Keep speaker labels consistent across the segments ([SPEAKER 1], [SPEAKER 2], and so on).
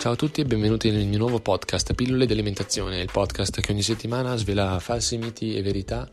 [SPEAKER 1] Ciao a tutti e benvenuti nel mio nuovo podcast Pillole dell'alimentazione, il podcast che ogni settimana svela falsi miti e verità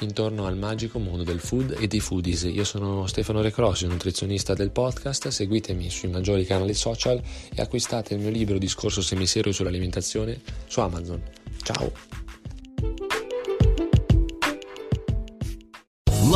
[SPEAKER 1] intorno al magico mondo del food e dei foodies. Io sono Stefano Recrossi, nutrizionista del podcast, seguitemi sui maggiori canali social e acquistate il mio libro Discorso semiserio sull'alimentazione su Amazon. Ciao!